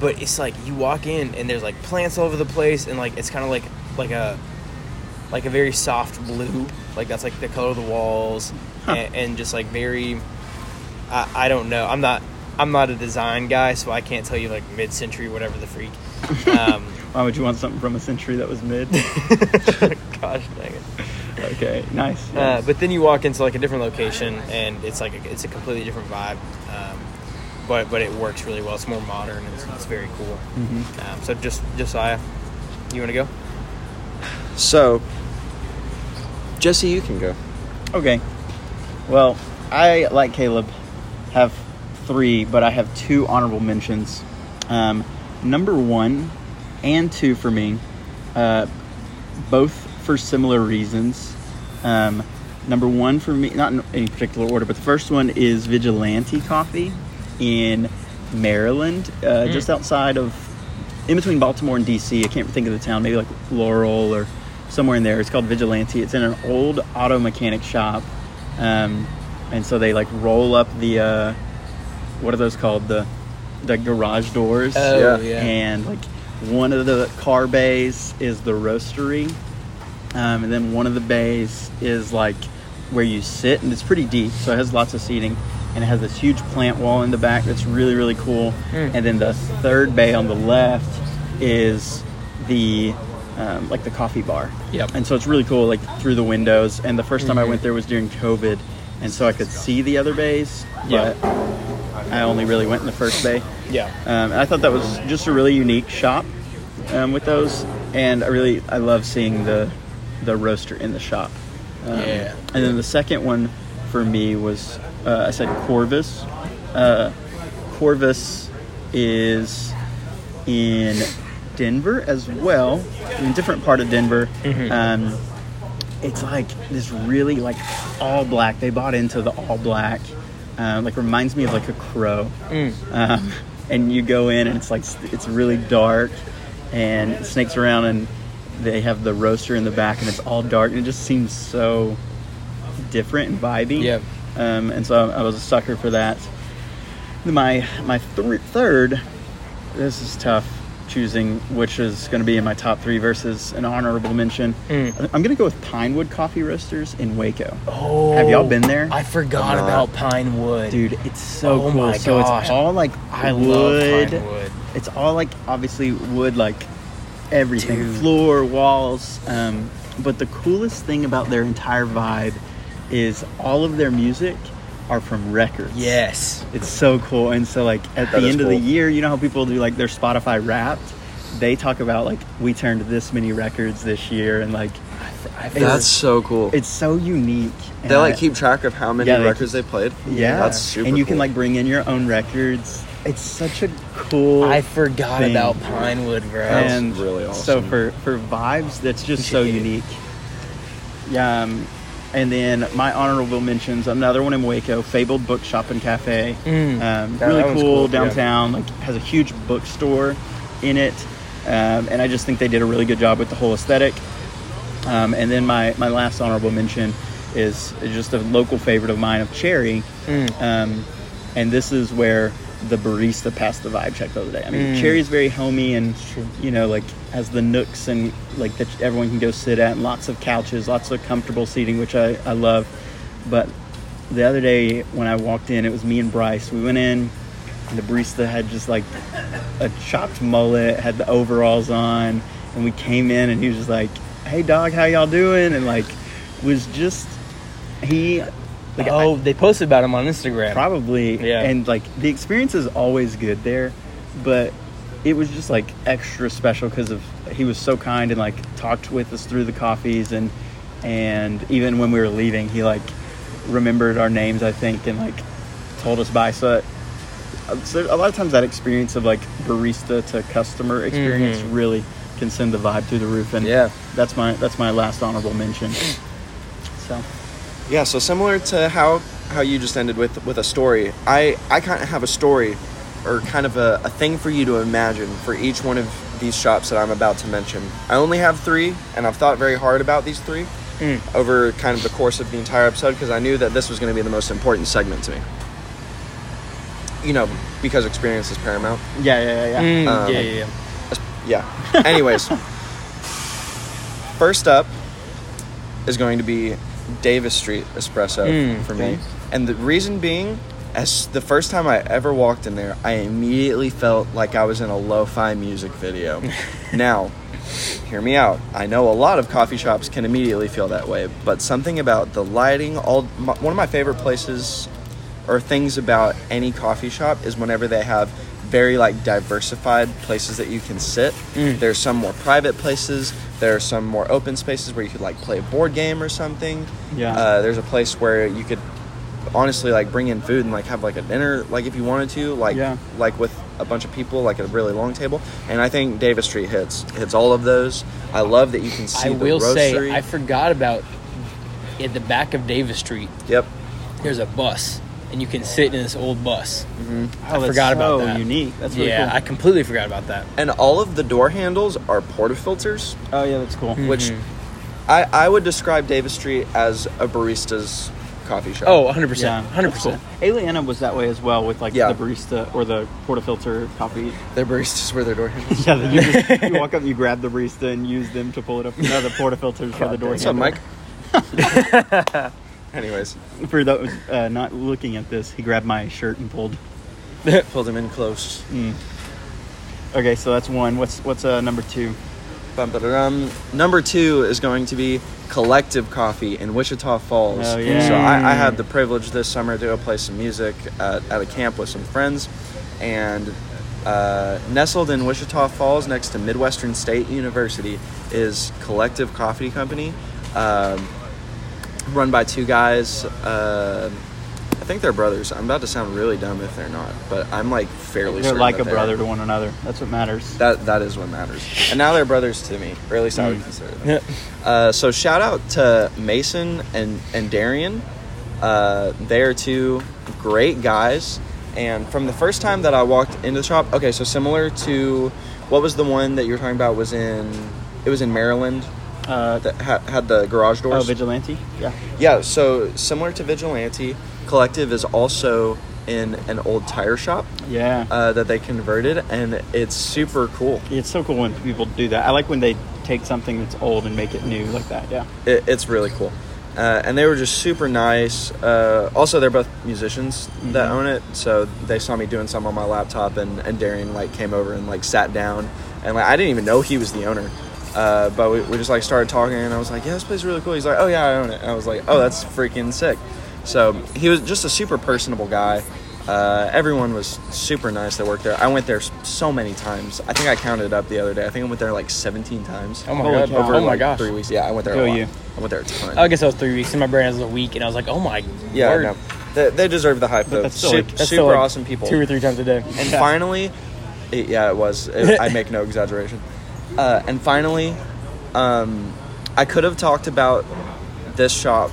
B: but it's like you walk in and there's like plants all over the place, and like it's kind of like like a like a very soft blue, like that's like the color of the walls, and, and just like very. I, I don't know. I'm not. I'm not a design guy, so I can't tell you like mid-century, whatever the freak. Um,
C: Why would you want something from a century that was mid?
B: gosh dang it.
C: okay, nice.
B: Uh,
C: yes.
B: but then you walk into like a different location, and it's like a, it's a completely different vibe. Um, but but it works really well. It's more modern. and It's, it's very cool.
C: Mm-hmm.
B: Um, so just Josiah, you want to go?
A: So, Jesse, you can go.
C: Okay. Well, I, like Caleb, have three, but I have two honorable mentions. Um, number one and two for me, uh, both for similar reasons. Um, number one for me, not in any particular order, but the first one is Vigilante Coffee in Maryland, uh, just outside of, in between Baltimore and DC. I can't think of the town, maybe like Laurel or somewhere in there. It's called Vigilante. It's in an old auto mechanic shop. Um, and so they like roll up the, uh, what are those called? The, the garage doors
A: Yeah.
C: and like one of the car bays is the roastery um, and then one of the bays is like where you sit and it's pretty deep so it has lots of seating and it has this huge plant wall in the back that's really really cool and then the third bay on the left is the um, like the coffee bar
B: Yep.
C: and so it's really cool like through the windows and the first time i went there was during covid and so i could see the other bays
B: Yeah.
C: but i only really went in the first bay
B: Yeah.
C: um, and I thought that was just a really unique shop um, with those, and I really I love seeing the the roaster in the shop. Um,
B: Yeah.
C: And then the second one for me was uh, I said Corvus. Uh, Corvus is in Denver as well, in a different part of Denver. Um, it's like this really like all black. They bought into the all black. Um, like reminds me of like a crow. Um, and you go in and it's like it's really dark and it snakes around and they have the roaster in the back and it's all dark and it just seems so different and vibey.
B: Yep.
C: Um, and so I was a sucker for that. My my th- third. This is tough choosing which is going to be in my top three versus an honorable mention.
B: Mm.
C: I'm going to go with Pinewood Coffee Roasters in Waco.
B: Oh,
C: Have y'all been there?
B: I forgot about Pinewood,
C: Dude, it's so
B: Oh
C: cool.
B: my
C: So
B: gosh.
C: it's all like
B: I
C: wood.
B: love Pinewood.
C: It's all like obviously wood, like everything,
B: Dude.
C: floor, walls. Um, but the coolest thing about their entire vibe is all of their music are from records.
B: Yes.
C: It's so cool. And so like
A: That
C: at the
A: is
C: end of the
A: cool.
C: year, you know how people do like their Spotify wrapped? They talk about like we turned this many records this year and like
A: That's so cool.
C: it's so unique. and
A: they like
C: I-
A: keep track of how many
C: Yeah, they
A: records they played.
C: yeah,
A: That's super.
C: And you can
A: cool.
C: like bring in your own records It's such a cool.
B: I forgot
C: Thing.
B: about Pinewood, bro.
A: And-
C: and
A: really
C: So
A: awesome.
C: for for vibes, that's just so unique. Yeah, um, and then my honorable mentions another one in Waco, Fabled Bookshop and Cafe.
B: Mm.
C: um,
B: That-
C: really
B: that one's
C: cool,
B: cool, yeah.
C: downtown. Like has a huge bookstore in it, um, and I just think they did a really good job with the whole aesthetic. Um, and then my my last honorable mention is, is just a local favorite of mine of Cherry.
B: Mm.
C: Um, and this is where the barista passed the vibe check the other day. I mean,
B: Mm.
C: Cherry's very homey and
B: true.
C: you know like has the nooks and like that everyone can go sit at and lots of couches, lots of comfortable seating, which I, I love. But the other day when I walked in, it was me and Bryce. We went in. And the barista had just like a chopped mullet, had the overalls on, and we came in and he was just like, "Hey, dog, how y'all doing?" And like, was just he like I-
B: oh, they posted about him on Instagram.
C: probably
B: Yeah.
C: and like the experience is always good there but it was just like extra special because of he was so kind and like talked with us through the coffees and and even when we were leaving he like remembered our names i think and like told us bye so, that- so a lot of times that experience of like barista to customer experience
B: Mhm.
C: really can send the vibe through the roof and
B: Yeah.
C: that's my that's my last honorable mention so
A: Yeah, so similar to how how you just ended with with a story, I I kind of have a story or kind of a, a thing for you to imagine for each one of these shops that I'm about to mention. I only have three, and I've thought very hard about these three
B: Mm.
A: over kind of the course of the entire episode because I knew that this was going to be the most important segment to me. You know, because experience is paramount.
C: yeah yeah yeah, yeah.
B: Mm,
A: Um,
B: yeah, yeah, yeah.
A: Yeah. Anyways, first up is going to be Davis Street Espresso
B: Mm,
A: for me.
C: thanks.
A: And the reason being, as the first time I ever walked in there, I immediately felt like I was in a lo fi music video. now, hear me out. I know a lot of coffee shops can immediately feel that way, but something about the lighting, all my, one of my favorite places or things about any coffee shop is whenever they have very like diversified places that you can sit.
B: Mm.
A: There's some more private places. There are some more open spaces where you could like play a board game or something.
C: Yeah.
A: Uh, there's a place where you could honestly like bring in food and like have like a dinner like if you wanted to like
C: Yeah.
A: like with a bunch of people like at a really long table. And I think Davis Street hits hits all of those. I love that you can see
B: I
A: the
B: will
A: roastery.
B: say, I forgot about at the back of Davis Street.
A: yep.
B: There's a bus, and you can sit in this old bus.
C: Oh, that's
B: forgot about
C: so
B: that.
C: unique that's really
B: yeah,
C: cool
B: I completely forgot about that.
A: And all of the door handles are portafilters.
C: Oh yeah, that's cool.
A: which
B: Mhm.
A: I, I would describe Davis Street as a barista's coffee shop.
B: Oh, 100%.
C: Yeah,
B: 100%.
C: Aliena was that way as well with like
A: Yeah.
C: the barista or the portafilter coffee.
A: their baristas were their door handles.
C: Yeah, you, just, you walk up, you grab the barista and use them to pull it up. No, the portafilters for the door.
A: What's up,
C: handle.
A: Mike? Anyways,
C: For those uh, not looking at this, he grabbed my shirt and pulled. Mm.
A: pulled him in close.
C: Okay, so that's one. What's what's uh, number two?
A: Bum, ba-da-dum. Number two is going to be Collective Coffee in Wichita Falls.
C: Oh, yeah.
A: So I, I
B: Mm.
A: had the privilege this summer to go play some music at, at a camp with some friends. And uh, nestled in Wichita Falls next to Midwestern State University is Collective Coffee Company, um, run by two guys. Uh, I think they're brothers. I'm about to sound really dumb if they're not, but I'm like fairly
C: They're
A: certain
C: like
A: that
C: a
A: they are.
C: brother to one another. That's what matters.
A: That that is what matters. And now they're brothers to me, or at least I would
C: Mm.
A: consider them.
B: Yeah.
A: Uh, so shout out to Mason and and Darian. Uh, they are two great guys. And from the first time that I walked into the shop, okay, so similar to what was the one that you were talking about was in it was in Maryland
C: Uh,
A: that ha- had the garage doors.
C: oh, vigilante. Yeah.
A: Yeah, so similar to Vigilante, Collective is also in an old tire shop
C: Yeah.
A: uh, that they converted, and it's super cool.
C: it's so cool when people do that. I like when they take something that's old and make it new like that. Yeah.
A: it, it's really cool. Uh, and they were just super nice. Uh, also, they're both musicians that
B: Mm-hmm.
C: Mhm.
A: own it, so they saw me doing some on my laptop, and, and Darian like came over and like sat down, and like I didn't even know he was the owner, uh, but we, we just like started talking, and I was like, "Yeah, this place is really cool." He's like, "Oh yeah, I own it." And I was like, "Oh, that's freaking sick." So he was just a super personable guy. Uh, everyone was super nice that worked there. I went there s- so many times. I think I counted up the other day. I think I went there like 17 times
B: Oh my
C: Holy
B: god.
C: cow.
B: Oh
A: over
B: my
A: like
B: gosh.
A: three weeks. Yeah, I went there
C: Go
A: a lot.
C: you.
A: I went there a ton.
B: I guess I was three weeks in my brain. I was a week, and I was like, "Oh my
A: Yeah,
B: word.
A: no. They, they deserve the hype
C: But
A: though.
C: that's still
A: Su-
C: like-
A: super
B: That's still, like,
A: awesome people.
B: Two or three times a day.
A: And finally, it, yeah, it was. It- I make no exaggeration. Uh, and finally, um, I could have talked about this shop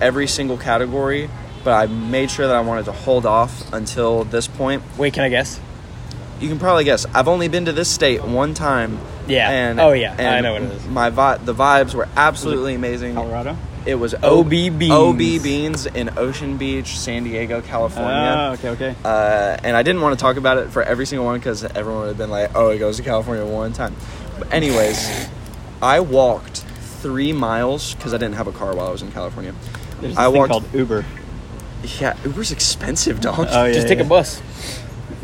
A: every single category, but I made sure that I wanted to hold off until this point.
B: Wait, can I guess?
A: You can probably guess. I've only been to this state one time.
B: Yeah.
A: And,
B: Oh, yeah. I
A: and
B: know what it is.
A: My vi- the vibes were absolutely amazing.
C: Colorado.
A: It was
B: OB
A: OB
B: Beans.
A: Oh, Beans in Ocean Beach, San Diego,
C: Ah,
A: California.
C: okay, okay.
A: Uh, and I didn't want to talk about it for every single one because everyone would have been like, "Oh, it goes to California one time." But anyways, I walked three miles because I didn't have a car while I was in California.
C: There's this
A: I
C: thing
A: walked.
C: called Uber.
A: yeah, Uber's expensive, dog.
C: Oh, yeah,
B: Just take
C: yeah.
B: a bus.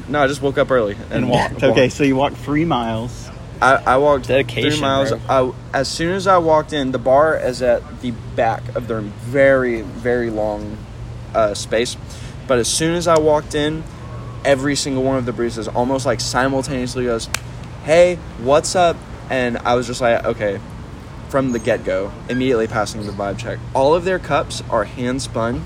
A: no, I just woke up early and,
C: and walked. Okay, so you walked three miles.
A: I, I walked three
B: Dedication,
A: miles. I, as soon as I walked in, the bar is at the back of their very, very long uh, space. But as soon as I walked in, every single one of the baristas almost like simultaneously goes, "Hey, what's up?" And I was just like, "Okay." From the get go, immediately passing the vibe check. All of their cups are hand spun,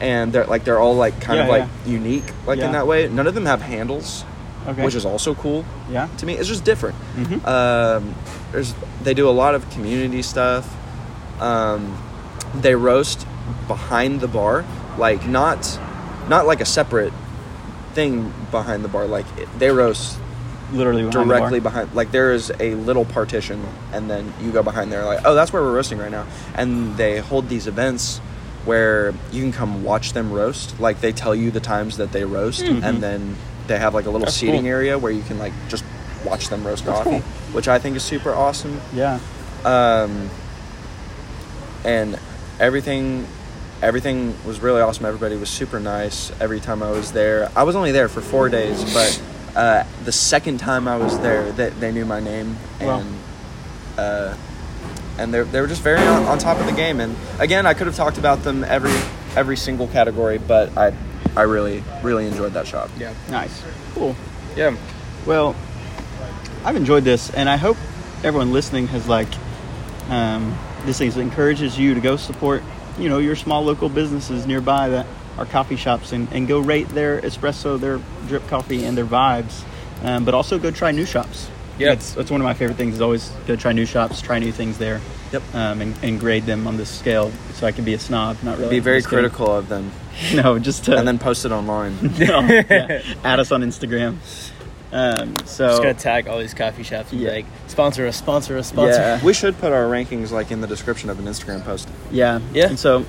A: and they're like they're all like kind of
C: Yeah,
A: like unique, like
C: Yeah.
A: in that way. None of them have handles,
C: Okay.
A: which is also cool
C: yeah.
A: to me it's just different
C: Mhm.
A: um, there's they do a lot of community stuff um, they roast behind the bar like not not like a separate thing behind the bar like it, they roast
C: Literally behind the bar.
A: directly behind like there is a little partition and then you go behind there like oh that's where we're roasting right now and they hold these events where you can come watch them roast like they tell you the times that they roast and then they have like a little
B: That's
A: seating
B: cool.
A: area where you can like just watch them roast coffee which i think is super awesome
C: Yeah.
A: um, and everything everything was really awesome everybody was super nice every time i was there i was only there for four days but uh, the second time i was there they, they knew my name and
C: Wow.
A: uh, and they, they were just very on, on top of the game and again i could have talked about them every every single category but i i really really enjoyed that shop
B: Yeah.
C: Nice. Cool.
B: Yeah.
C: Well, I've enjoyed this, and I hope everyone listening has like um, this thing encourages you to go support you know your small local businesses nearby that are coffee shops and, and go rate their espresso, their drip coffee, and their vibes, um, but also go try new shops.
B: Yeah.
C: that's, that's one of my favorite things is always go try new shops, try new things there,
A: Yep.
C: um, and, and grade them on this scale so I can be a snob, not really
A: be very
C: Just kidding.
A: critical of them
C: No, just to,
A: and then post it online
C: no, yeah. add us on Instagram. Um, so
B: Just gonna tag all these coffee shops and
C: Yeah.
B: be like, sponsor us, sponsor us, sponsor.
A: Yeah,
B: us.
A: we should put our rankings like in the description of an Instagram post.
C: Yeah.
B: Yeah.
C: And so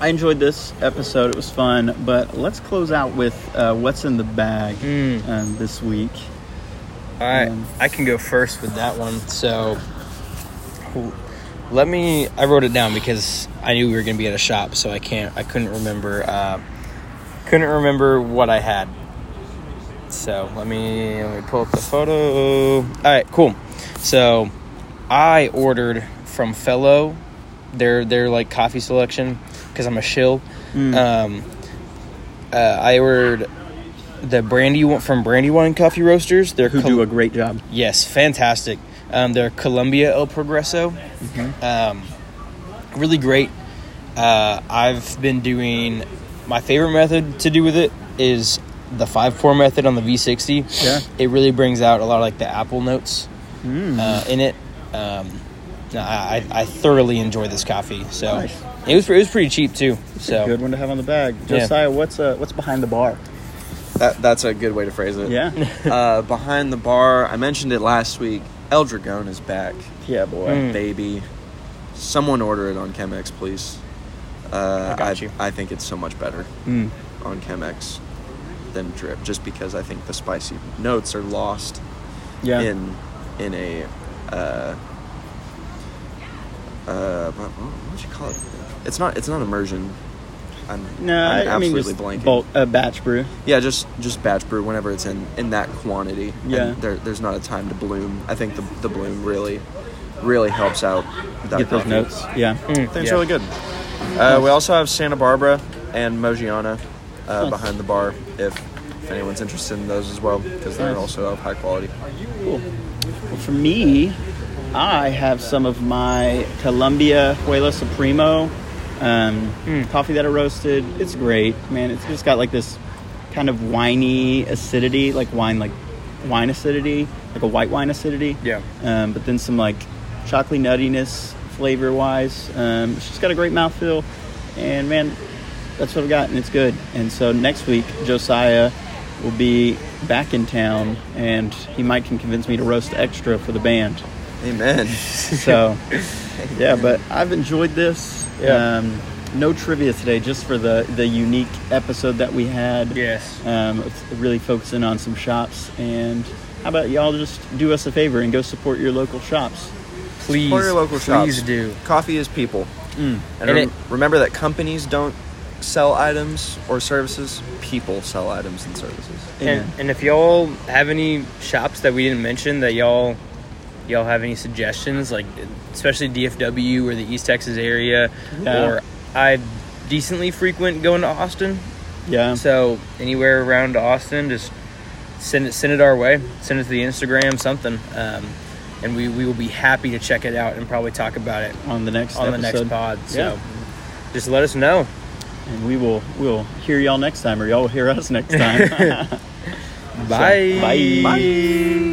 C: I enjoyed this episode. It was fun. But let's close out with uh, what's in the bag
B: Mm.
C: um, this week.
B: All right,
C: Um,
B: I can go first with that one. So, who- let me. I wrote it down because I knew we were gonna be at a shop, so I can't. I couldn't remember. Uh, couldn't remember what I had. So let me let me pull up the photo. All right, cool. So I ordered from Fellow, their their like coffee selection because I'm a shill.
C: Mm.
B: Um, uh, I ordered the brandy one from Brandywine Coffee Roasters. They're
C: Who do a great job.
B: Yes, fantastic. Um, they're Columbia El Progreso. Um, really great. Uh, I've been doing my favorite method to do with it is the five pour method on the V60.
C: Yeah.
B: It really brings out a lot of like the apple notes uh, in it. Um, no, I, I I thoroughly enjoy this coffee. So
C: Nice.
B: it was it was pretty cheap too. so
C: Good one to have on the bag.
B: Yeah.
C: Josiah, what's uh, what's behind the bar?
A: That that's a good way to phrase it.
C: Yeah.
A: uh, behind the bar, I mentioned it last week. El Dragon is back,
C: yeah, boy.
B: Mm.
A: baby. Someone order it on Chemex, please. Uh,
B: I got you.
A: I think it's so much better
C: Mm.
A: on Chemex than drip, just because I think the spicy notes are lost
C: Yeah.
A: in in a uh, uh, what, what would you call it? It's not it's not immersion. I'm,
C: No,
A: I'm
C: I, I mean
A: absolutely
C: just
A: blanking.
C: bulk, uh, batch brew.
A: Yeah, just just batch brew whenever it's in in that quantity. And
C: Yeah.
A: there, there's not a time to bloom. I think the the bloom really really helps out. That
C: Get those
A: coffee.
C: notes. Yeah.
B: mm,
A: I think it's really good. Uh, we also have Santa Barbara and Mogiana uh, behind the bar if, if anyone's interested in those as well because they're
C: Nice.
A: also of high quality.
C: Cool. Well, for me, I have some of my Columbia Huela Supremo Um,
B: Mm.
C: Coffee that I roasted, it's great, man. It's just got like this kind of winey acidity, like wine, like wine acidity, like a white wine acidity.
B: Yeah.
C: Um, but then some like chocolate nuttiness flavor wise. Um, it's just got a great mouthfeel, and man, that's what I've got, and it's good. And so next week, Josiah will be back in town, and he might can convince me to roast extra for the band.
A: Amen.
C: So, yeah, but I've enjoyed this.
B: Yeah.
C: Um, no trivia today, just for the the unique episode that we had.
B: Yes.
C: Um, it's really focusing on some shops, and how about y'all just do us a favor and go support your local shops?
B: Please.
A: Support your local
B: please
A: shops.
B: do.
A: Coffee is people. And,
B: And
A: rem-
B: it-
A: remember that companies don't sell items or services. People sell items and services.
C: Amen.
B: And, and if y'all have any shops that we didn't mention that y'all y'all have any suggestions, like especially DFW or the East Texas area,
C: Yeah.
B: or I decently frequent going to Austin.
C: Yeah.
B: So anywhere around Austin, just send it send it our way. Send it to the Instagram, something, um, and we we will be happy to check it out and probably talk about it
C: on the next
B: on the
C: episode.
B: next pod. So
C: Yeah.
B: just let us know.
C: and we will we'll hear y'all next time, or y'all will hear us next time.
B: Bye.
C: Bye.